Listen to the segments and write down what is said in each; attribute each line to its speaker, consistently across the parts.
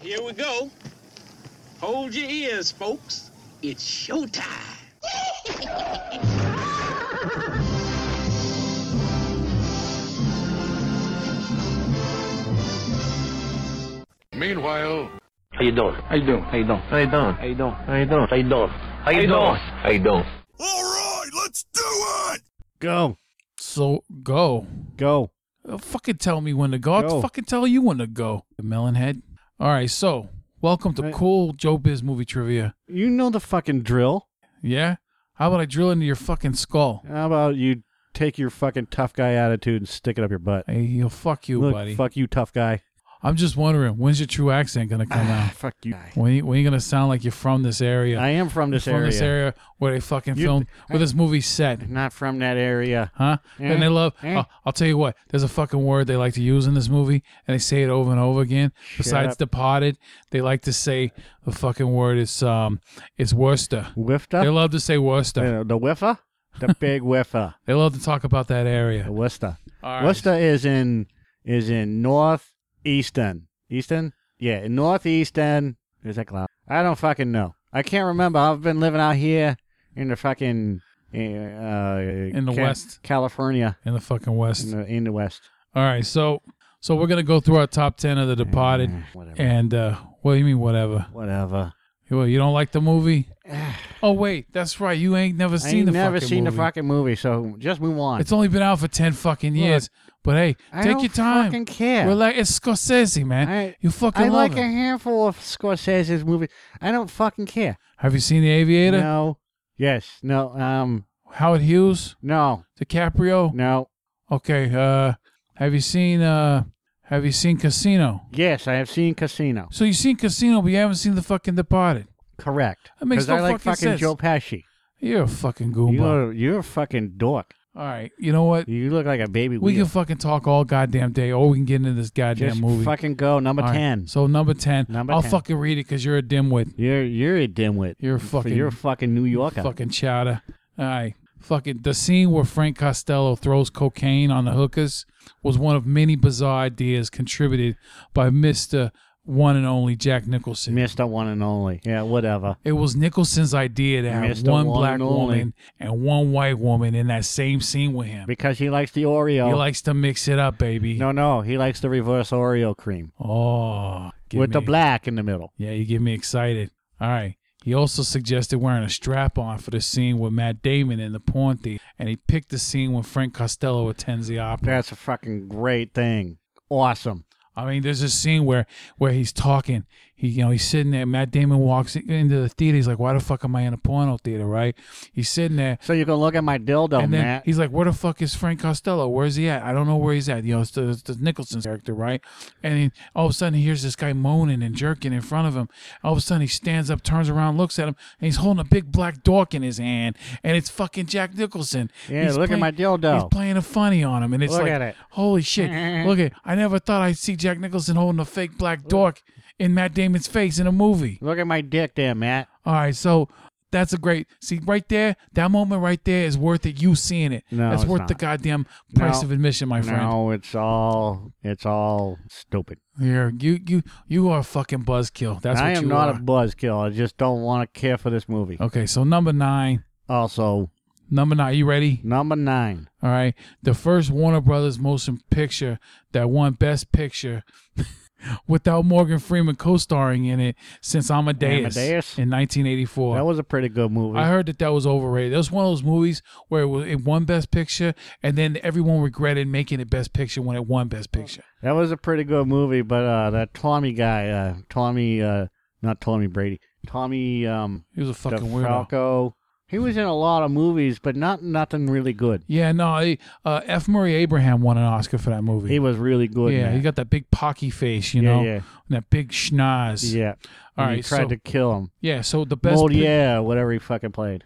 Speaker 1: Here we go. Hold your ears, folks. It's showtime.
Speaker 2: Meanwhile,
Speaker 3: How you doing? How you doing? How you doing? How you doing? How you doing? How you doing? How you doing? How you doing? How you doing?
Speaker 4: Go.
Speaker 5: So go.
Speaker 4: Go.
Speaker 5: Uh, fucking tell me when to go. I'll
Speaker 4: Go.
Speaker 5: fucking tell you when to go. Melon head. All right. So welcome to
Speaker 4: Right.
Speaker 5: Cool Joe Biz Movie Trivia.
Speaker 4: You know the fucking drill.
Speaker 5: Yeah. How about I drill into your fucking skull?
Speaker 4: How about you take your fucking tough guy attitude and stick it up your butt?
Speaker 5: Hey, he'll fuck you,
Speaker 4: Look,
Speaker 5: buddy.
Speaker 4: fuck you, tough guy. Ah,
Speaker 5: I'm just wondering when's your true accent gonna come out?
Speaker 4: fuck you.
Speaker 5: When you, when you gonna sound like you're from this area?
Speaker 4: I am from this
Speaker 5: from
Speaker 4: area.
Speaker 5: this area where they fucking
Speaker 4: You-
Speaker 5: filmed where this movie set.
Speaker 4: Not from that area.
Speaker 5: Huh? And they love.
Speaker 4: Eh.
Speaker 5: Uh, I'll tell you what. There's a fucking word they like to use in this movie, and they say it over and over again. Besides
Speaker 4: up.
Speaker 5: "departed," they like to say the fucking word. It's um, it's Worcester.
Speaker 4: Whifta?
Speaker 5: They love to say Worcester.
Speaker 4: Uh, the whiffa? The big whiffa.
Speaker 5: They love to talk about that
Speaker 4: The
Speaker 5: area.
Speaker 4: Worcester.
Speaker 5: All right.
Speaker 4: Worcester is in is in northeastern. Eastern? Yeah, in northeastern. Is that cloud? I don't fucking know. I can't remember. I've been living out here in the fucking uh, in
Speaker 5: the West.
Speaker 4: California,
Speaker 5: in the fucking West.
Speaker 4: in the, in the West.
Speaker 5: All right. So, so we're gonna go through our top ten of the Departed,
Speaker 4: Eh, whatever.
Speaker 5: and uh, what do you mean whatever?
Speaker 4: whatever.
Speaker 5: Well, you don't like the movie? oh wait, that's right. You ain't never
Speaker 4: I
Speaker 5: seen
Speaker 4: ain't
Speaker 5: the
Speaker 4: never
Speaker 5: fucking
Speaker 4: seen
Speaker 5: movie.
Speaker 4: the fucking movie, so just move on.
Speaker 5: It's only been out for ten fucking years. but hey,
Speaker 4: I
Speaker 5: take
Speaker 4: don't
Speaker 5: your time.
Speaker 4: Fucking care.
Speaker 5: We're like it's Scorsese, man.
Speaker 4: I-
Speaker 5: you fucking
Speaker 4: I
Speaker 5: love
Speaker 4: like
Speaker 5: it.
Speaker 4: a handful of Scorsese's movies. I don't fucking care.
Speaker 5: Have you seen The Aviator?
Speaker 4: No. Yes. No. Um.
Speaker 5: Howard Hughes,
Speaker 4: No.
Speaker 5: DiCaprio.
Speaker 4: No.
Speaker 5: Okay. Uh, have you seen uh, Have you seen Casino?
Speaker 4: Yes, I have seen Casino.
Speaker 5: So you seen Casino, but you haven't seen The fucking Departed.
Speaker 4: Correct.
Speaker 5: That makes
Speaker 4: Because
Speaker 5: no
Speaker 4: I like
Speaker 5: fucking
Speaker 4: fucking
Speaker 5: sense.
Speaker 4: Joe Pesci.
Speaker 5: You're a fucking goomba.
Speaker 4: You're you're a fucking dork.
Speaker 5: All right. You know what?
Speaker 4: You look like a baby.
Speaker 5: We
Speaker 4: wheel.
Speaker 5: can fucking talk all goddamn day, or we can get into this goddamn
Speaker 4: just
Speaker 5: movie.
Speaker 4: fucking go number
Speaker 5: All right,
Speaker 4: ten.
Speaker 5: So number ten.
Speaker 4: Number
Speaker 5: I'll
Speaker 4: 10.
Speaker 5: fucking read it because you're a dimwit.
Speaker 4: You're you're a dimwit.
Speaker 5: You're a
Speaker 4: F-
Speaker 5: fucking-
Speaker 4: you're a fucking New Yorker.
Speaker 5: Fucking chowder. All right. Fucking the scene where Frank Costello throws cocaine on the hookers was one of many bizarre ideas contributed by Mr. One and Only Jack Nicholson.
Speaker 4: Mister One and Only. Yeah, whatever.
Speaker 5: It was Nicholson's idea to have
Speaker 4: Mr.
Speaker 5: one
Speaker 4: One
Speaker 5: black
Speaker 4: and Only.
Speaker 5: woman and one white woman in that same scene with him.
Speaker 4: Because he likes the Oreo.
Speaker 5: He likes to mix it up, baby.
Speaker 4: no, no, he likes the reverse Oreo cream
Speaker 5: Oh, give
Speaker 4: with the
Speaker 5: me-
Speaker 4: black in the middle.
Speaker 5: Yeah, you get me excited. All right. He also suggested wearing a strap on for the scene with Matt Damon in the porn theater, and he picked the scene when Frank Costello attends the opera.
Speaker 4: That's a fucking great thing. Awesome.
Speaker 5: I mean, there's a scene where where he's talking. He, you know, he's sitting there. Matt Damon walks in- into the theater. He's like, "Why the fuck am I in a porno theater?" Right? He's sitting there,
Speaker 4: So you can look at my dildo,
Speaker 5: and then
Speaker 4: Matt.
Speaker 5: he's like, "Where the fuck is Frank Costello? Where's he at? I don't know where he's at." You know, it's the, it's the Nicholson's character, right? And he, all of a sudden, he hears this guy moaning and jerking in front of him. All of a sudden, he stands up, turns around, looks at him, and he's holding a big black dork in his hand, and it's fucking Jack Nicholson.
Speaker 4: Yeah,
Speaker 5: He's
Speaker 4: look at my dildo.
Speaker 5: He's playing a funny on him, and it's
Speaker 4: Look
Speaker 5: like,
Speaker 4: at it.
Speaker 5: holy shit! look at, I never thought I'd see Jack Nicholson holding a fake black dork in Matt Damon's face in a movie.
Speaker 4: Look at my dick there, Matt.
Speaker 5: All right, so that's a great see right there. That moment right there is worth it. You seeing it?
Speaker 4: No,
Speaker 5: that's
Speaker 4: it's
Speaker 5: worth the
Speaker 4: not.
Speaker 5: goddamn price
Speaker 4: No.
Speaker 5: of admission, my friend.
Speaker 4: No, it's all it's all stupid.
Speaker 5: Here, you you you are a fucking buzzkill. That's
Speaker 4: I
Speaker 5: what
Speaker 4: am
Speaker 5: you
Speaker 4: not
Speaker 5: are. Oh.
Speaker 4: a buzzkill. I just don't want to care for this movie.
Speaker 5: okay, so number nine,
Speaker 4: Also,
Speaker 5: number nine. You ready?
Speaker 4: number nine.
Speaker 5: All right, the first Warner Brothers motion picture that won Best Picture. Without Morgan Freeman co-starring in it since Amadeus,
Speaker 4: Amadeus?
Speaker 5: in 1984,
Speaker 4: That was a pretty good movie.
Speaker 5: I heard that that was overrated. That was one of those movies where it, was, it won Best Picture, and then everyone regretted making it Best Picture when it won Best Picture.
Speaker 4: that was a pretty good movie, but uh, that Tommy guy, uh, Tommy, uh, not Tommy Brady, Tommy um,
Speaker 5: He was a fucking weirdo.
Speaker 4: DeFalco. He was in a lot of movies, but not nothing really good.
Speaker 5: Yeah, no, he, uh, F. Murray Abraham won an Oscar for that movie.
Speaker 4: He was really good. in
Speaker 5: yeah,
Speaker 4: that.
Speaker 5: he got that big pocky face, you
Speaker 4: Yeah,
Speaker 5: know,
Speaker 4: yeah.
Speaker 5: and that big schnoz.
Speaker 4: yeah.
Speaker 5: All
Speaker 4: And he
Speaker 5: right,
Speaker 4: tried
Speaker 5: so-
Speaker 4: to kill him.
Speaker 5: yeah. So the best.
Speaker 4: Oh
Speaker 5: pic-
Speaker 4: yeah, whatever he fucking played.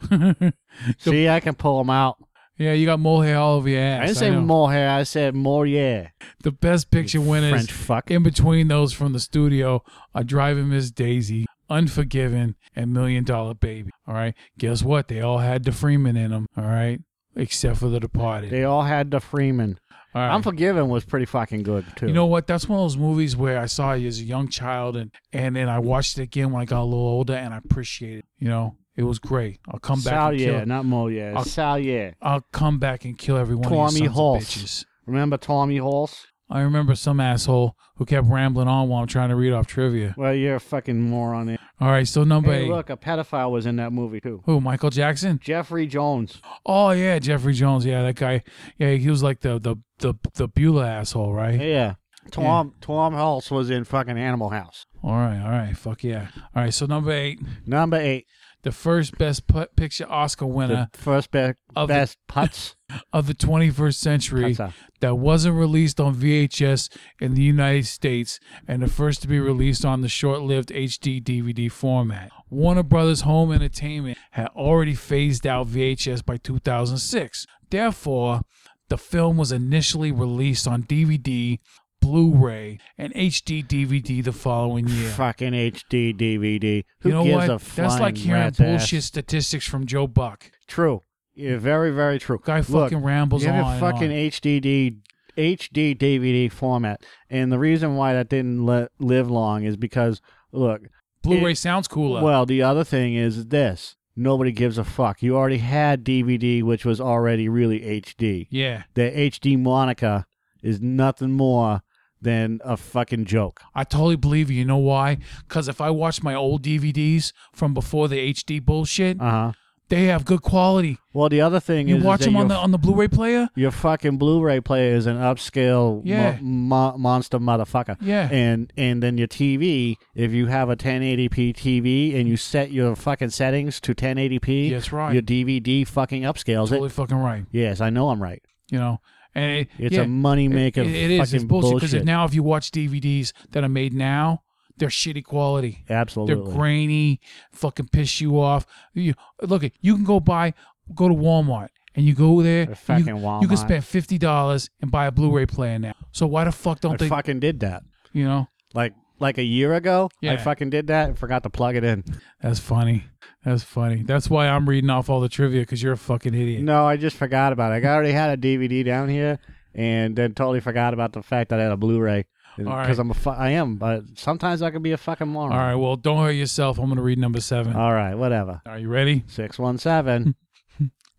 Speaker 4: See, I can pull him out.
Speaker 5: yeah, you got mole hair all over your ass.
Speaker 4: I didn't
Speaker 5: I
Speaker 4: say
Speaker 5: know.
Speaker 4: more hair. I said more yeah.
Speaker 5: The best picture winners
Speaker 4: French fuck.
Speaker 5: in between those from the studio are Driving Miss Daisy, Unforgiven, and Million Dollar Baby. All right. Guess what? They all had the Freeman in them. All right. Except for The Departed.
Speaker 4: They all had the Freeman.
Speaker 5: All right.
Speaker 4: Unforgiven was pretty fucking good too.
Speaker 5: You know what? That's one of those movies where I saw it as a young child, and and then I watched it again when I got a little older, and I appreciate it. You know, it was great. I'll come back.
Speaker 4: Sal,
Speaker 5: and kill,
Speaker 4: yeah, not Mo, yeah,
Speaker 5: I'll-
Speaker 4: Sal, yeah.
Speaker 5: I'll come back and kill every one of
Speaker 4: Tommy
Speaker 5: you sons
Speaker 4: Hulse.
Speaker 5: of bitches.
Speaker 4: Remember Tommy Hulse?
Speaker 5: I remember some asshole who kept rambling on while I'm trying to read off trivia.
Speaker 4: Well, you're a fucking moron. There.
Speaker 5: All right, so number
Speaker 4: Hey,
Speaker 5: eight.
Speaker 4: look, a pedophile was in that movie too.
Speaker 5: Who? Michael Jackson?
Speaker 4: Jeffrey Jones.
Speaker 5: Oh yeah, Jeffrey Jones. Yeah, that guy. Yeah, he was like the the the the Beulah asshole, right?
Speaker 4: Yeah. Tom Tom Hulse was in fucking Animal House.
Speaker 5: All right, all right, fuck yeah. All right, so number eight,
Speaker 4: Number eight,
Speaker 5: the first Best Pu- Picture Oscar winner
Speaker 4: the first be-
Speaker 5: Uh, of the-
Speaker 4: best putts.
Speaker 5: of the 21st century
Speaker 4: Putza.
Speaker 5: that wasn't released on VHS in the United States and the first to be released on the short lived HD DVD format. Warner Brothers Home Entertainment had already phased out VHS by 2006. Therefore, the film was initially released on DVD, Blu ray, and HD DVD the following year.
Speaker 4: Fucking HD DVD. Who
Speaker 5: you know
Speaker 4: gives
Speaker 5: what?
Speaker 4: a
Speaker 5: That's
Speaker 4: flying
Speaker 5: like hearing
Speaker 4: rat's
Speaker 5: bullshit
Speaker 4: ass?
Speaker 5: statistics from Joe Buck.
Speaker 4: True. Yeah, very, very true.
Speaker 5: Guy
Speaker 4: Look,
Speaker 5: fucking rambles
Speaker 4: you have
Speaker 5: on and
Speaker 4: a fucking
Speaker 5: on.
Speaker 4: HDD HD DVD format, and the reason why that didn't li- live long is because look,
Speaker 5: Blu ray
Speaker 4: It-
Speaker 5: sounds cooler.
Speaker 4: Well, the other thing is this: nobody gives a fuck. You already had DVD, which was already really HD.
Speaker 5: yeah.
Speaker 4: The HD Monica is nothing more than a fucking joke.
Speaker 5: I totally believe you. You know why? Because if I watch my old DVDs from before the HD bullshit,
Speaker 4: Uh huh.
Speaker 5: they have good quality.
Speaker 4: Well, the other thing
Speaker 5: You
Speaker 4: is, is
Speaker 5: watch
Speaker 4: that
Speaker 5: them on the
Speaker 4: your,
Speaker 5: on the Blu-ray player.
Speaker 4: your fucking Blu-ray player is an upscale
Speaker 5: Yeah.
Speaker 4: mo- mo- monster motherfucker.
Speaker 5: Yeah.
Speaker 4: And and then your TV, if you have a 1080p TV and you set your fucking settings to 1080p,
Speaker 5: That's right.
Speaker 4: Your DVD fucking upscales
Speaker 5: Totally
Speaker 4: it.
Speaker 5: fucking right.
Speaker 4: Yes, I know I'm right.
Speaker 5: You know, and it,
Speaker 4: It's
Speaker 5: yeah,
Speaker 4: a money maker.
Speaker 5: it- it is. It's
Speaker 4: fucking
Speaker 5: bullshit because now if you watch DVDs that are made now, they're shitty quality. They're
Speaker 4: Absolutely.
Speaker 5: grainy. Fucking piss you off. You look. it, You can go buy, go to Walmart. And you go
Speaker 4: Or
Speaker 5: there, and you,
Speaker 4: fucking
Speaker 5: you can
Speaker 4: Walmart.
Speaker 5: spend fifty dollars and buy a Blu-ray player now. So why the fuck don't
Speaker 4: I
Speaker 5: they?
Speaker 4: fucking did that.
Speaker 5: you know,
Speaker 4: Like like a year ago, I
Speaker 5: Yeah.
Speaker 4: fucking did that and forgot to plug it in.
Speaker 5: That's funny. That's funny. That's why I'm reading off all the trivia because you're a fucking idiot.
Speaker 4: No, I just forgot about it. I already had a DVD down here and then totally forgot about the fact that I had a Blu-ray.
Speaker 5: All right.
Speaker 4: Because I'm a fu- I am, but sometimes I can be a fucking moron.
Speaker 5: All right. Well, don't hurt yourself. I'm gonna read number seven.
Speaker 4: All right, whatever.
Speaker 5: Are you ready,
Speaker 4: Six one seven.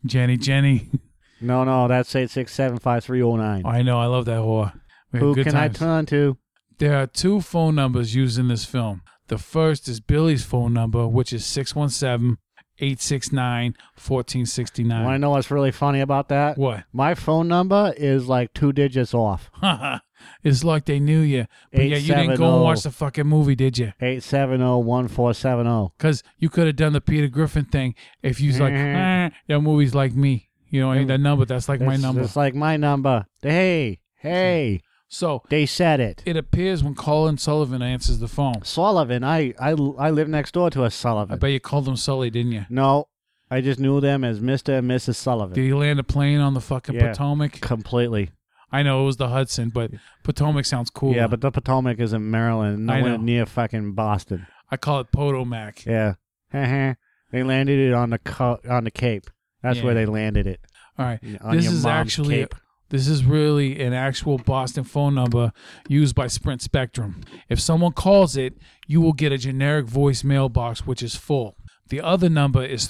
Speaker 5: Jenny? Jenny.
Speaker 4: no, no, that's eight six seven five three zero nine.
Speaker 5: I know. I love that whore. We had
Speaker 4: Who
Speaker 5: good
Speaker 4: can I
Speaker 5: times.
Speaker 4: turn to?
Speaker 5: There are two phone numbers used in this film. The first is Billy's phone number, which is 617 869
Speaker 4: Want to
Speaker 5: 1469.
Speaker 4: know what's really funny about that?
Speaker 5: What?
Speaker 4: My phone number is like two digits off.
Speaker 5: it's like they knew you. But yeah, you didn't go
Speaker 4: 870.
Speaker 5: and watch the fucking movie, did you?
Speaker 4: Eight seven zero one four seven oh. zero.
Speaker 5: Because you could have done the Peter Griffin thing if you was like, eh, that movie's like me. You know, ain't that number. That's like
Speaker 4: Mm-hmm.
Speaker 5: my
Speaker 4: It's-
Speaker 5: number.
Speaker 4: It's like my number. Hey, hey,
Speaker 5: So
Speaker 4: they said it.
Speaker 5: it appears when Colin Sullivan answers the phone.
Speaker 4: Sullivan. I, I, I live next door to a Sullivan.
Speaker 5: I bet you called him Sully, didn't you?
Speaker 4: no, I just knew them as Mister and Mrs. Sullivan.
Speaker 5: Did he land a plane on the fucking
Speaker 4: Yeah.
Speaker 5: Potomac?
Speaker 4: Completely.
Speaker 5: I know it was the Hudson, but Potomac sounds cool.
Speaker 4: Yeah, but the Potomac is in Maryland,
Speaker 5: I
Speaker 4: nowhere
Speaker 5: know.
Speaker 4: near fucking Boston.
Speaker 5: I call it Potomac.
Speaker 4: Yeah. Uh-huh. they landed it on the co- on the Cape. That's
Speaker 5: Yeah.
Speaker 4: where they landed it.
Speaker 5: All right.
Speaker 4: On
Speaker 5: this
Speaker 4: your
Speaker 5: is
Speaker 4: mom's
Speaker 5: actually
Speaker 4: cape.
Speaker 5: this is really an actual Boston phone number used by Sprint Spectrum. If someone calls it, you will get a generic voice mailbox which is full. The other number is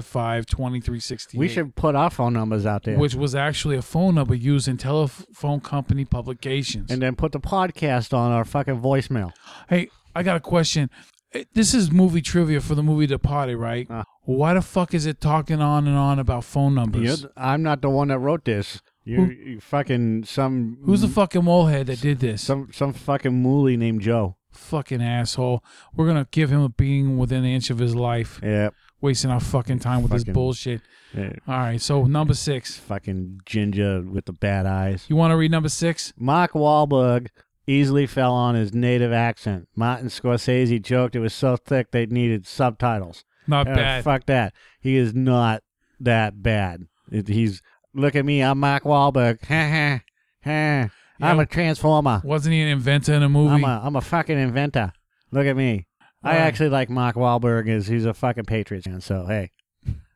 Speaker 5: 311-555-2368.
Speaker 4: We should put our phone numbers out there,
Speaker 5: which was actually a phone number used in telephone company publications.
Speaker 4: and then put the podcast on our fucking voicemail.
Speaker 5: hey, I got a question. Eh, This is movie trivia for the movie The Party, right?
Speaker 4: Uh.
Speaker 5: Why the fuck is it talking on and on about phone numbers?
Speaker 4: You're, th- I'm not the one that wrote this. You, you fucking some
Speaker 5: Who's the fucking molehead that did this?
Speaker 4: some some fucking moolie named Joe.
Speaker 5: fucking asshole. We're gonna give him a beating within an inch of his life,
Speaker 4: Yeah,
Speaker 5: wasting our fucking time with this
Speaker 4: Fucking-
Speaker 5: bullshit.
Speaker 4: yeah.
Speaker 5: All right, so number six.
Speaker 4: fucking ginger with the bad eyes.
Speaker 5: You want to read number six?
Speaker 4: Mark Wahlberg easily fell on his native accent. Martin Scorsese joked it was so thick they needed subtitles.
Speaker 5: Not
Speaker 4: Uh,
Speaker 5: bad.
Speaker 4: Fuck that. He is not that bad. It- he's look at me. I'm Mark Wahlberg. Ha ha ha. I'm
Speaker 5: Yeah.
Speaker 4: a transformer.
Speaker 5: Wasn't he an inventor in a movie?
Speaker 4: I'm a I'm a fucking inventor. Look at me. I
Speaker 5: Wow.
Speaker 4: actually like Mark Wahlberg as he's a fucking Patriots fan. So hey,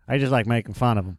Speaker 4: I just like making fun of him.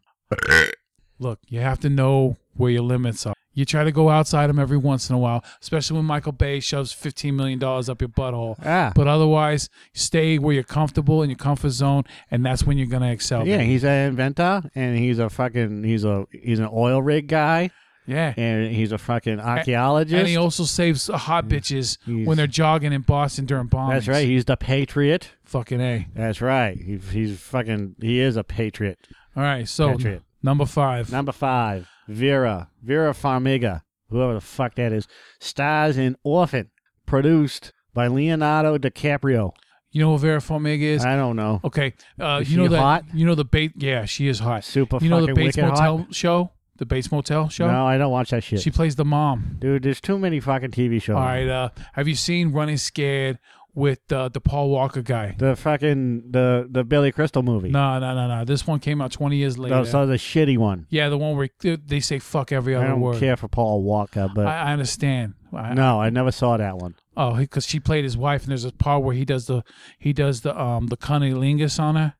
Speaker 5: Look, you have to know where your limits are. You try to go outside them every once in a while, especially when Michael Bay shoves $15 million up your butthole.
Speaker 4: Ah.
Speaker 5: But otherwise, stay where you're comfortable in your comfort zone, and that's when you're going to excel.
Speaker 4: Yeah, he's an inventor, and he's a fucking he's a he's an oil rig guy,
Speaker 5: Yeah.
Speaker 4: and he's a fucking
Speaker 5: And he
Speaker 4: archaeologist.
Speaker 5: also saves uh, hot bitches
Speaker 4: He's-
Speaker 5: when they're jogging in Boston during bombings.
Speaker 4: That's right. He's the patriot.
Speaker 5: Fucking A.
Speaker 4: That's right. He, he's fucking. He is a patriot.
Speaker 5: All right. So,
Speaker 4: Patriot.
Speaker 5: number five.
Speaker 4: Number five, Vera Vera Farmiga, whoever the fuck that is, stars in Orphan, produced by Leonardo DiCaprio.
Speaker 5: you know what Vera Farmiga is?
Speaker 4: I don't know.
Speaker 5: okay. Uh,
Speaker 4: Is
Speaker 5: you know
Speaker 4: she
Speaker 5: that.
Speaker 4: hot?
Speaker 5: You know the bait. Yeah, she is hot.
Speaker 4: Super
Speaker 5: you know the
Speaker 4: fucking
Speaker 5: Bates
Speaker 4: wicked
Speaker 5: Motel show? The Bates Motel show?
Speaker 4: No, I don't watch that shit.
Speaker 5: She plays the mom.
Speaker 4: Dude, there's too many fucking TV shows.
Speaker 5: All right. Uh, have you seen Running Scared with uh, the Paul Walker guy?
Speaker 4: The fucking the the Billy Crystal movie.
Speaker 5: No, no, no, no. This one came out 20 years later.
Speaker 4: No, so the shitty one.
Speaker 5: yeah, the one where they say fuck every
Speaker 4: I
Speaker 5: other
Speaker 4: don't
Speaker 5: word.
Speaker 4: care for Paul Walker, but
Speaker 5: I, I understand. I,
Speaker 4: no, I never saw that one.
Speaker 5: Oh, because she played his wife, and there's a part where he does the he does the um the cunnilingus on her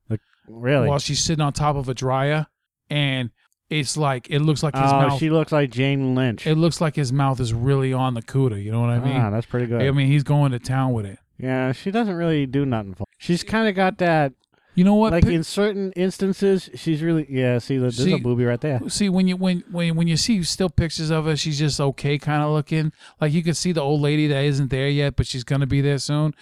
Speaker 4: Really?
Speaker 5: while she's sitting on top of a dryer, and it's like it looks like his
Speaker 4: oh,
Speaker 5: mouth.
Speaker 4: she looks like Jane Lynch.
Speaker 5: It looks like his mouth is really on the cooter. You know what I mean?
Speaker 4: ah, that's pretty good.
Speaker 5: I mean, he's going to town with it.
Speaker 4: yeah, she doesn't really do nothing for. She's kind of got that.
Speaker 5: You know what?
Speaker 4: like
Speaker 5: Pi-
Speaker 4: in certain instances, she's really yeah. See, there's
Speaker 5: See-
Speaker 4: a booby right there.
Speaker 5: see when you when when when you see still pictures of her, she's just okay, kind of looking like you could see the old lady that isn't there yet, but she's gonna be there soon.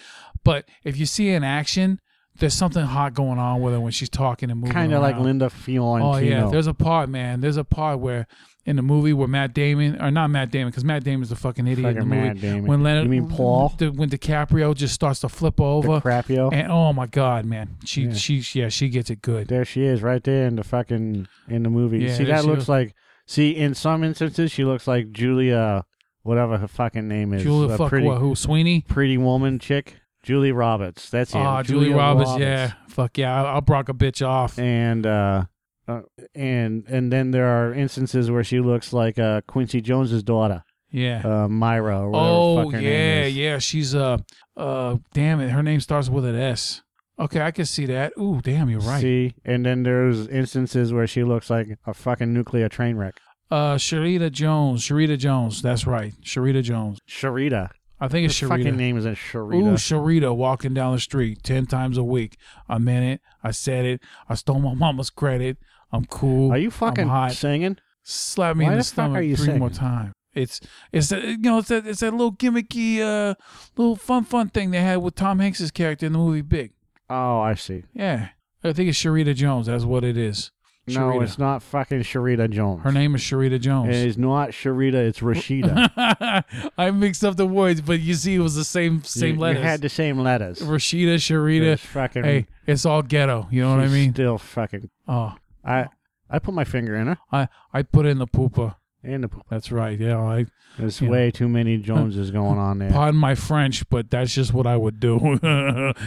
Speaker 5: But if you see her in action, there's something hot going on with her when she's talking and moving.
Speaker 4: Kind of like
Speaker 5: around.
Speaker 4: Linda Fiorentino.
Speaker 5: Oh yeah, there's a part, man. There's a part where in the movie where Matt Damon or not Matt Damon because Matt Damon's the fucking idiot in
Speaker 4: Fucking
Speaker 5: the movie.
Speaker 4: Matt Damon.
Speaker 5: When Leonard,
Speaker 4: You mean Paul?
Speaker 5: the- when DiCaprio just starts to flip over,
Speaker 4: crapio.
Speaker 5: and oh my god, man, she she yeah she gets it good.
Speaker 4: There she is, right there in the fucking in the movie.
Speaker 5: Yeah,
Speaker 4: see,
Speaker 5: there
Speaker 4: that
Speaker 5: she
Speaker 4: looks
Speaker 5: is.
Speaker 4: like. See, in some instances, she looks like Julia, whatever her fucking name is.
Speaker 5: Julia
Speaker 4: a
Speaker 5: fuck
Speaker 4: pretty,
Speaker 5: what, who Sweeney?
Speaker 4: pretty woman chick, Julie Roberts. That's it.
Speaker 5: Ah, Julia, Roberts, yeah, fuck yeah, I'll, I'll brock a bitch off.
Speaker 4: And uh, uh, and and then there are instances where she looks like uh, Quincy Jones's daughter,
Speaker 5: yeah.
Speaker 4: uh, Myra. Or whatever the
Speaker 5: oh
Speaker 4: fuck her
Speaker 5: yeah,
Speaker 4: name is.
Speaker 5: yeah, she's uh uh damn it, her name starts with an S. Okay, I can see that. Ooh, damn, you're right.
Speaker 4: See, and then there's instances where she looks like a fucking nuclear train wreck.
Speaker 5: Uh, Sharita Jones, Sharita Jones, that's right, Sharita Jones.
Speaker 4: Sharita.
Speaker 5: I think
Speaker 4: Her
Speaker 5: it's
Speaker 4: fucking
Speaker 5: Sharita.
Speaker 4: name isn't
Speaker 5: Ooh,
Speaker 4: Sharita.
Speaker 5: Sharita walking down the street 10 times a week. I meant it. I said it. I stole my mama's credit. I'm cool.
Speaker 4: Are you fucking
Speaker 5: I'm hot.
Speaker 4: singing?
Speaker 5: Slap me
Speaker 4: Why
Speaker 5: in
Speaker 4: the
Speaker 5: the,
Speaker 4: fuck
Speaker 5: stomach
Speaker 4: are you
Speaker 5: three
Speaker 4: singing?
Speaker 5: more times. It's it's that you know it's that it's that little gimmicky uh little fun fun thing they had with Tom Hanks's character in the movie Big.
Speaker 4: Oh, I see.
Speaker 5: Yeah. I think it's Sharita Jones. That's what it is.
Speaker 4: No,
Speaker 5: Sharita.
Speaker 4: it's not fucking Sharita Jones.
Speaker 5: Her name is Sharita Jones.
Speaker 4: It is not Sharita. It's Rashida.
Speaker 5: I mixed up the words, but you see, it was the same same
Speaker 4: you,
Speaker 5: letters.
Speaker 4: You had the same letters.
Speaker 5: Rashida, Sharita.
Speaker 4: It's fucking.
Speaker 5: Hey, it's all ghetto. You know what I
Speaker 4: she's
Speaker 5: mean?
Speaker 4: Still fucking.
Speaker 5: Oh,
Speaker 4: I I put my finger in her.
Speaker 5: I I put in the pooper.
Speaker 4: And the,
Speaker 5: That's right. Yeah, I
Speaker 4: there's
Speaker 5: Yeah.
Speaker 4: way too many Joneses going on there.
Speaker 5: pardon my French, but that's just what I would do.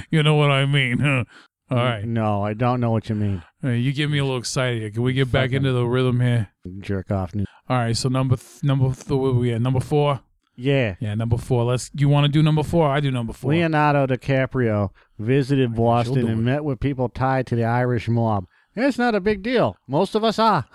Speaker 5: you know what I mean? all
Speaker 4: Mm-hmm.
Speaker 5: right.
Speaker 4: No, I don't know what you mean.
Speaker 5: Hey, you get me a little excited. here. Can we get back
Speaker 4: Fucking-
Speaker 5: into the rhythm here?
Speaker 4: Jerk off. news.
Speaker 5: All right. So number th- number th- where we at? Number four.
Speaker 4: Yeah.
Speaker 5: Yeah, number four. Let's. You want to do number four? I do number four.
Speaker 4: Leonardo DiCaprio visited
Speaker 5: do
Speaker 4: Boston
Speaker 5: it.
Speaker 4: and met with people tied to the Irish mob. It's not a big deal. Most of us are.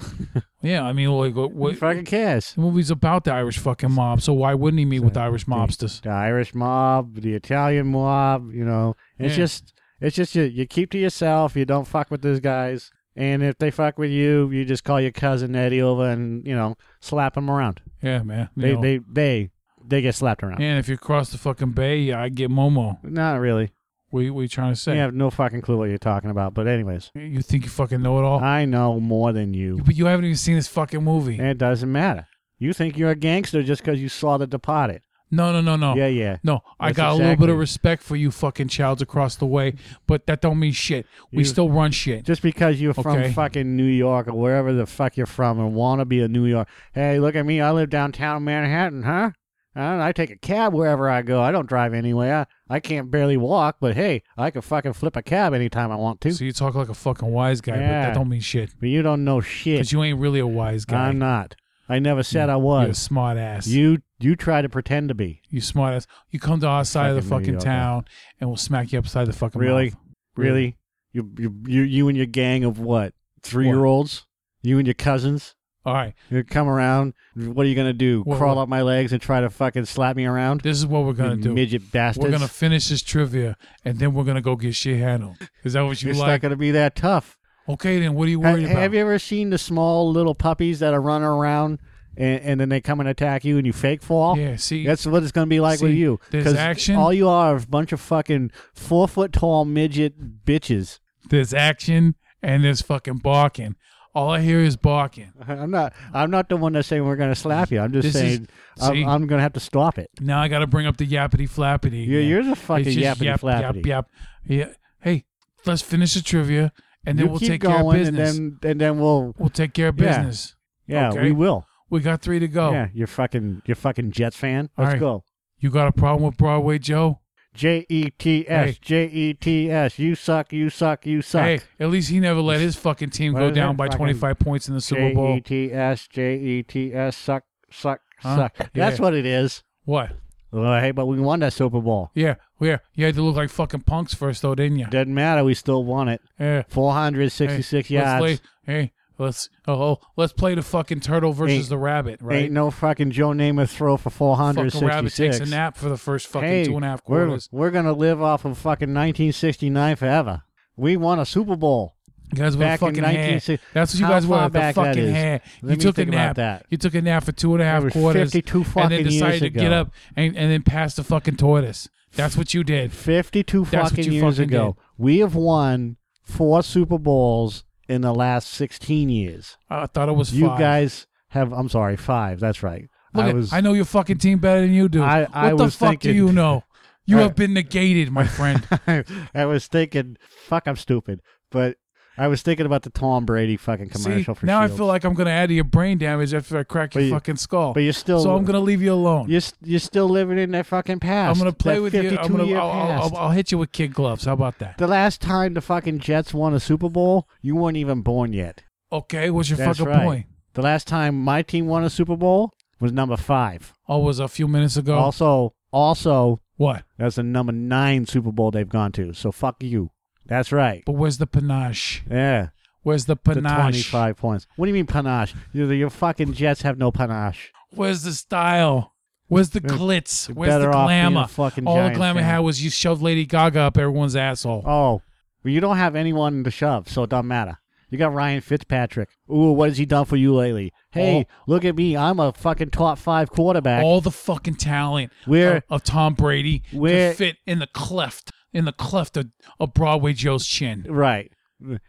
Speaker 5: Yeah, I mean, like, what,
Speaker 4: Who
Speaker 5: what,
Speaker 4: fucking cares?
Speaker 5: the movie's about the Irish fucking mob, so why wouldn't he meet with Irish mobsters?
Speaker 4: The Irish mob, the Italian mob, you know. It's
Speaker 5: Yeah.
Speaker 4: just it's just you, you keep to yourself, you don't fuck with those guys. And if they fuck with you, you just call your cousin Eddie over and, you know, slap him around.
Speaker 5: Yeah, man. you
Speaker 4: They
Speaker 5: know.
Speaker 4: they, they they get slapped around.
Speaker 5: and if you cross the fucking bay, yeah, I get Momo.
Speaker 4: Not really.
Speaker 5: We we trying to say?
Speaker 4: You have no fucking clue what you're talking about. But anyways,
Speaker 5: You think you fucking know it all?
Speaker 4: I know more than you.
Speaker 5: but Oh. you haven't even seen this fucking movie.
Speaker 4: It doesn't matter. You think you're a gangster just because you saw The Departed.
Speaker 5: No, no, no, no.
Speaker 4: Yeah, yeah.
Speaker 5: No, I
Speaker 4: That's
Speaker 5: got a little bit
Speaker 4: exactly-
Speaker 5: of respect for you fucking childs across the way, but that don't mean shit. We
Speaker 4: You-
Speaker 5: still run shit.
Speaker 4: Just because you're
Speaker 5: Okay.
Speaker 4: from fucking New York or wherever the fuck you're from and want to be a New York. Hey, look at me. I live downtown Manhattan, huh? I, don't know, I take a cab wherever I go. I don't drive anywhere. I, I can't barely walk, but hey, I can fucking flip a cab anytime I want to.
Speaker 5: So you talk like a fucking wise guy, but
Speaker 4: Yeah.
Speaker 5: that don't mean shit.
Speaker 4: but you don't know shit.
Speaker 5: Because you ain't really a wise guy.
Speaker 4: I'm not. I never said I
Speaker 5: You're a
Speaker 4: was.
Speaker 5: smart ass.
Speaker 4: You you try to pretend to be.
Speaker 5: You smart ass. You come to our side of the
Speaker 4: Fucking
Speaker 5: fucking
Speaker 4: mediocre.
Speaker 5: town and we'll smack you upside the fucking
Speaker 4: Really?
Speaker 5: mouth.
Speaker 4: Really? You you you you and your gang of what? Three year olds? You and your cousins?
Speaker 5: All right.
Speaker 4: You come around. What are you gonna do?
Speaker 5: What-
Speaker 4: Crawl
Speaker 5: what-
Speaker 4: up my legs and try to fucking slap me around?
Speaker 5: This is what we're
Speaker 4: You
Speaker 5: gonna do.
Speaker 4: midget bastards.
Speaker 5: We're gonna finish this trivia, and then we're gonna go get shit handled. Is that what you
Speaker 4: it's not
Speaker 5: like?
Speaker 4: gonna be that tough.
Speaker 5: Okay, then what are you
Speaker 4: Ha-
Speaker 5: worried
Speaker 4: Have,
Speaker 5: about?
Speaker 4: you ever seen the small little puppies that are running around and, and then they come and attack you and you fake fall?
Speaker 5: yeah, see,
Speaker 4: That's what it's going to be like with
Speaker 5: See,
Speaker 4: you.
Speaker 5: there's action.
Speaker 4: all you are is a bunch of fucking four foot tall midget bitches.
Speaker 5: there's action and there's fucking barking. All I hear is barking.
Speaker 4: I'm not. I'm not the one that's saying we're going to slap you. I'm just
Speaker 5: This is-
Speaker 4: saying
Speaker 5: see?
Speaker 4: I'm, I'm going to have to stop it.
Speaker 5: Now I got to bring up the yappity flappity.
Speaker 4: You're,
Speaker 5: again.
Speaker 4: you're the
Speaker 5: It's
Speaker 4: fucking
Speaker 5: just
Speaker 4: yappity
Speaker 5: yap,
Speaker 4: flappity.
Speaker 5: Yap, yap. Yeah. Hey, let's finish the trivia, and then
Speaker 4: you
Speaker 5: we'll
Speaker 4: keep
Speaker 5: take care of
Speaker 4: going, and
Speaker 5: business.
Speaker 4: then and then we'll
Speaker 5: we'll take care of
Speaker 4: Yeah.
Speaker 5: business.
Speaker 4: yeah
Speaker 5: Okay.
Speaker 4: we will
Speaker 5: We got three to go.
Speaker 4: yeah you're fucking you're fucking Jets fan.
Speaker 5: Oh. All
Speaker 4: Let's
Speaker 5: right.
Speaker 4: go.
Speaker 5: You got a problem with Broadway Joe?
Speaker 4: J E T S
Speaker 5: Hey.
Speaker 4: J E T S. You suck. You suck. You suck.
Speaker 5: Hey, at least he never let his fucking team
Speaker 4: What
Speaker 5: go
Speaker 4: is
Speaker 5: down
Speaker 4: it?
Speaker 5: by
Speaker 4: Fucking
Speaker 5: 25 points in the Super
Speaker 4: J
Speaker 5: Bowl.
Speaker 4: E T S J E T S suck suck
Speaker 5: Huh?
Speaker 4: suck. That's
Speaker 5: Yeah.
Speaker 4: what it is.
Speaker 5: What?
Speaker 4: Well, hey, but we won that Super Bowl.
Speaker 5: Yeah, yeah. You had to look like fucking punks first, though, didn't you?
Speaker 4: Doesn't matter. We still won it.
Speaker 5: Yeah.
Speaker 4: Four hundred sixty-six yards.
Speaker 5: Let's play, hey, let's oh, oh, let's play the fucking turtle versus
Speaker 4: Ain't-
Speaker 5: the rabbit, right?
Speaker 4: Ain't no fucking Joe Namath throw for four hundred
Speaker 5: fucking rabbit takes a
Speaker 4: sixty-six.
Speaker 5: nap for the first fucking
Speaker 4: Hey,
Speaker 5: two and a half
Speaker 4: we're
Speaker 5: quarters.
Speaker 4: we're gonna live off of fucking nineteen sixty-nine forever. We won a Super Bowl.
Speaker 5: You guys with a
Speaker 4: back in
Speaker 5: fucking hair.
Speaker 4: 1960
Speaker 5: That's what you
Speaker 4: How
Speaker 5: guys
Speaker 4: far
Speaker 5: were the
Speaker 4: back that
Speaker 5: fucking
Speaker 4: is?
Speaker 5: hair.
Speaker 4: Let
Speaker 5: you
Speaker 4: me
Speaker 5: took
Speaker 4: think
Speaker 5: a
Speaker 4: about
Speaker 5: nap.
Speaker 4: that.
Speaker 5: You took a nap for two and a half
Speaker 4: was
Speaker 5: quarters,
Speaker 4: 52
Speaker 5: and then
Speaker 4: fucking years
Speaker 5: decided to get
Speaker 4: ago.
Speaker 5: up and, and then pass the fucking tortoise. That's what you did.
Speaker 4: Fifty-two
Speaker 5: That's what
Speaker 4: fucking
Speaker 5: you
Speaker 4: years
Speaker 5: fucking
Speaker 4: ago, we have won four Super Bowls in the last sixteen years.
Speaker 5: I thought it was
Speaker 4: You
Speaker 5: five.
Speaker 4: guys have. I'm sorry, five. That's right.
Speaker 5: Look,
Speaker 4: I
Speaker 5: at-
Speaker 4: was.
Speaker 5: I know your fucking team better than you do.
Speaker 4: I- I
Speaker 5: what the
Speaker 4: was
Speaker 5: fuck do
Speaker 4: thinking-
Speaker 5: you know? You
Speaker 4: I-
Speaker 5: have been negated, my friend.
Speaker 4: I was thinking, fuck, I'm stupid. But I was thinking about the Tom Brady fucking commercial
Speaker 5: See,
Speaker 4: for
Speaker 5: now I
Speaker 4: Shields.
Speaker 5: feel like I'm gonna add to your brain damage after I crack your
Speaker 4: But you-
Speaker 5: fucking skull.
Speaker 4: but you're still,
Speaker 5: so I'm gonna leave you alone.
Speaker 4: you're, s- you're still living in that fucking past.
Speaker 5: I'm gonna play
Speaker 4: that
Speaker 5: with you.
Speaker 4: 52
Speaker 5: I'm gonna,
Speaker 4: year
Speaker 5: I'll, I'll-
Speaker 4: past.
Speaker 5: I'll- I'll hit you with kid gloves. How about that?
Speaker 4: the last time the fucking Jets won a Super Bowl, you weren't even born yet.
Speaker 5: Okay, what's your
Speaker 4: That's
Speaker 5: fucking
Speaker 4: right.
Speaker 5: point?
Speaker 4: The last time my team won a Super Bowl was number five.
Speaker 5: Oh, it was a few minutes ago.
Speaker 4: Also, also
Speaker 5: what?
Speaker 4: that's the number nine Super Bowl they've gone to. So fuck you. That's right.
Speaker 5: But where's the panache?
Speaker 4: Yeah,
Speaker 5: Where's the
Speaker 4: the
Speaker 5: panache?
Speaker 4: twenty-five points. What do you mean panache? Your, your fucking Jets have no panache.
Speaker 5: Where's the style? Where's the
Speaker 4: You're
Speaker 5: glitz?
Speaker 4: you're
Speaker 5: Where's the
Speaker 4: better off being a
Speaker 5: glamour?
Speaker 4: fucking
Speaker 5: All the
Speaker 4: Giants
Speaker 5: glamour
Speaker 4: fan.
Speaker 5: had was you shoved Lady Gaga up everyone's asshole.
Speaker 4: Oh, well, you don't have anyone to shove, so it don't matter. You got Ryan Fitzpatrick. Ooh, what has he done for you lately? Hey, look at me. I'm a fucking top five quarterback.
Speaker 5: all the fucking talent
Speaker 4: Where-
Speaker 5: of, of Tom Brady could
Speaker 4: where-
Speaker 5: fit in the cleft in the cleft of, of Broadway Joe's chin.
Speaker 4: Right.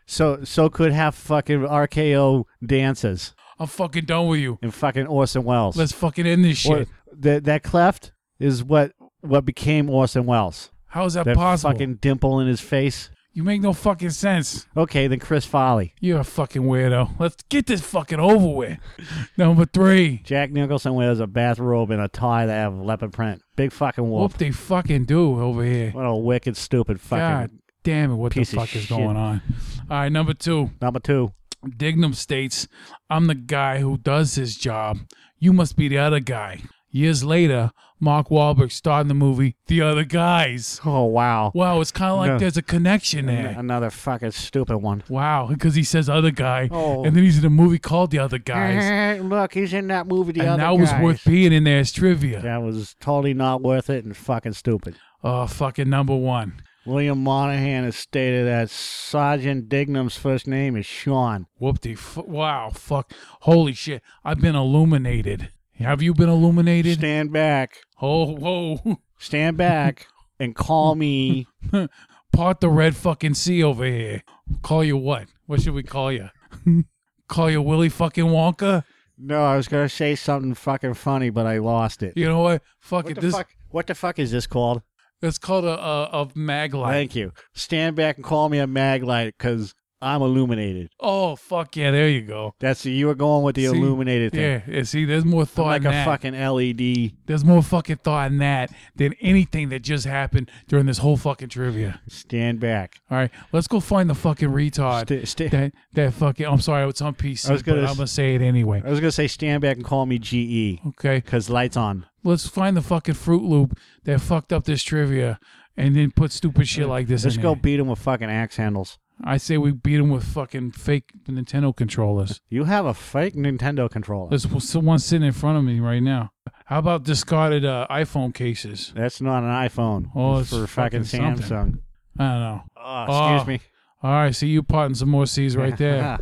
Speaker 4: So so could have fucking RKO dances
Speaker 5: I'm fucking done with you.
Speaker 4: and fucking Orson Welles.
Speaker 5: Let's fucking end this
Speaker 4: Or-
Speaker 5: shit.
Speaker 4: that that cleft is what what became Orson Welles.
Speaker 5: How is that,
Speaker 4: That
Speaker 5: possible?
Speaker 4: fucking dimple in his face.
Speaker 5: you make no fucking sense.
Speaker 4: Okay, then Chris Folly.
Speaker 5: You're a fucking weirdo. Let's get this fucking over with. Number three.
Speaker 4: Jack Nicholson wears a bathrobe and a tie that have leopard print. Big fucking wolf.
Speaker 5: What they fucking do over here?
Speaker 4: What a wicked, stupid fucking
Speaker 5: God damn it! What the
Speaker 4: piece of
Speaker 5: fuck is
Speaker 4: shit.
Speaker 5: going on? All right, number two.
Speaker 4: number two.
Speaker 5: Dignam states, I'm the guy who does his job. You must be the other guy. Years later, Mark Wahlberg starred in the movie The Other Guys.
Speaker 4: Oh wow.
Speaker 5: Wow, it's kind of like
Speaker 4: No.
Speaker 5: there's a connection there.
Speaker 4: Another fucking stupid one.
Speaker 5: Wow, because he says other guy,
Speaker 4: Oh.
Speaker 5: and then he's in a movie called The Other Guys.
Speaker 4: Look, he's in that movie. The
Speaker 5: and
Speaker 4: other
Speaker 5: that was worth
Speaker 4: Guys.
Speaker 5: being in there as trivia.
Speaker 4: That was totally not worth it and fucking stupid.
Speaker 5: Oh, fucking number one.
Speaker 4: William Monahan has stated that Sergeant Dignam's first name is Sean.
Speaker 5: Whoopty. F- wow, fuck. Holy shit. I've been illuminated. Have you been illuminated?
Speaker 4: Stand back.
Speaker 5: oh, whoa.
Speaker 4: Stand back and call me.
Speaker 5: part the red fucking sea over here. Call you what? What should we call you? call you Willy fucking Wonka?
Speaker 4: No, I was gonna say something fucking funny, but I lost it.
Speaker 5: You know what? Fuck
Speaker 4: What
Speaker 5: it.
Speaker 4: the
Speaker 5: This
Speaker 4: fuck? What the fuck is this called?
Speaker 5: it's called a a, a mag light.
Speaker 4: Thank you. Stand back and call me a mag light because I'm illuminated.
Speaker 5: oh fuck yeah! There you go.
Speaker 4: That's you were going with the
Speaker 5: See?
Speaker 4: illuminated thing.
Speaker 5: Yeah, yeah. See, there's more
Speaker 4: I'm
Speaker 5: thought
Speaker 4: like
Speaker 5: in
Speaker 4: a
Speaker 5: that.
Speaker 4: fucking E LED.
Speaker 5: there's more fucking thought in that than anything that just happened during this whole fucking trivia.
Speaker 4: Stand back.
Speaker 5: All right, let's go find the fucking retard.
Speaker 4: Sta- sta-
Speaker 5: that that fucking. I'm sorry, it's on PC,
Speaker 4: I was gonna
Speaker 5: but
Speaker 4: s-
Speaker 5: I'm gonna say it anyway.
Speaker 4: I was gonna say stand back and call me GE
Speaker 5: Okay.
Speaker 4: because lights on.
Speaker 5: let's find the fucking Fruit Loop that fucked up this trivia and then put stupid shit like this
Speaker 4: Let's
Speaker 5: in
Speaker 4: go
Speaker 5: there.
Speaker 4: beat him with fucking axe handles.
Speaker 5: I say we beat him with fucking fake Nintendo controllers.
Speaker 4: You have a fake Nintendo controller.
Speaker 5: There's one sitting in front of me right now. How about discarded uh, iPhone cases?
Speaker 4: That's not an iPhone.
Speaker 5: Oh,
Speaker 4: It's
Speaker 5: it's
Speaker 4: for fucking,
Speaker 5: fucking
Speaker 4: Samsung.
Speaker 5: something. I don't know.
Speaker 4: Oh,
Speaker 5: Oh,
Speaker 4: excuse me. Uh-huh.
Speaker 5: All right, see you potting some more C's right there.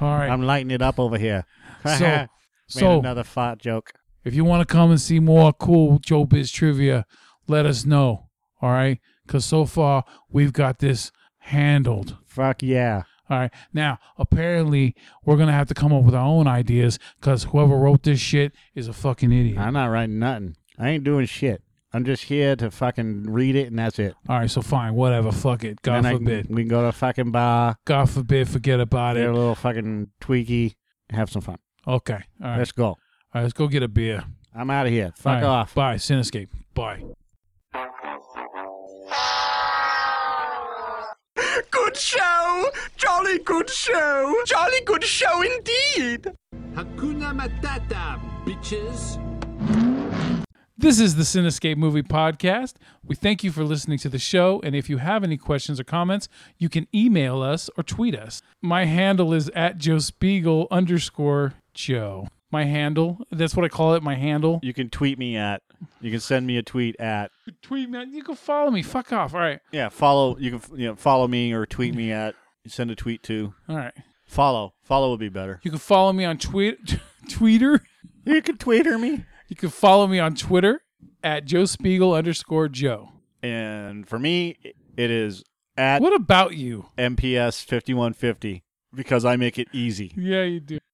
Speaker 5: All right.
Speaker 4: I'm lighting it up over here.
Speaker 5: so,
Speaker 4: Made
Speaker 5: so
Speaker 4: another fart joke.
Speaker 5: if you want to come and see more cool Joe Biz trivia, let us know. All right, because so far we've got this handled.
Speaker 4: Fuck yeah.
Speaker 5: All right. Now, apparently, we're gonna have to come up with our own ideas because whoever wrote this shit is a fucking idiot.
Speaker 4: I'm not writing nothing. I ain't doing shit. I'm just here to fucking read it and that's it.
Speaker 5: All right. So fine, whatever. Fuck it. God
Speaker 4: and I,
Speaker 5: forbid.
Speaker 4: we can go to a fucking bar,
Speaker 5: God forbid. Forget about
Speaker 4: get a
Speaker 5: it.
Speaker 4: little fucking tweaky, have some fun.
Speaker 5: Okay. All right.
Speaker 4: Let's go.
Speaker 5: All right. Let's go get a beer.
Speaker 4: I'm out of here.
Speaker 5: All
Speaker 4: Fuck
Speaker 5: right,
Speaker 4: off.
Speaker 5: Bye. Cinescape. Bye.
Speaker 2: Good show! Jolly good show! Jolly good show indeed!
Speaker 6: Hakuna Matata, bitches.
Speaker 5: This is the Cinescape Movie Podcast. We thank you for listening to the show. And if you have any questions or comments, you can email us or tweet us. My handle is at Joe Spiegel underscore Joe. My handle. That's what I call it. My handle.
Speaker 4: You can tweet me at. You can send me a tweet at.
Speaker 5: Tweet me. You can follow me. Fuck off. All right.
Speaker 4: Yeah, follow. You can you know, follow me or tweet me at. Send a tweet to.
Speaker 5: All right.
Speaker 4: Follow. Follow would be better.
Speaker 5: You can follow me on tweet, Twitter.
Speaker 4: You can tweeter me.
Speaker 5: You can follow me on Twitter at Joe Spiegel underscore Joe.
Speaker 4: And for me, it is at
Speaker 5: What about you?
Speaker 4: MPS fifty one fifty because I make it easy.
Speaker 5: Yeah, you do.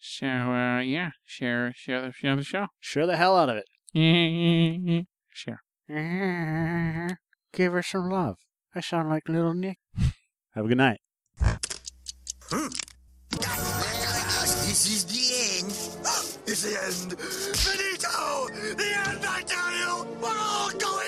Speaker 5: Shower, yeah. Share, share the, share the show.
Speaker 7: Share the hell out of it.
Speaker 5: share.
Speaker 7: Give her some love. I sound like little Nick.
Speaker 4: Have a good night.
Speaker 2: This is the end. It's the end. Benito! The end, I tell you! We're all going!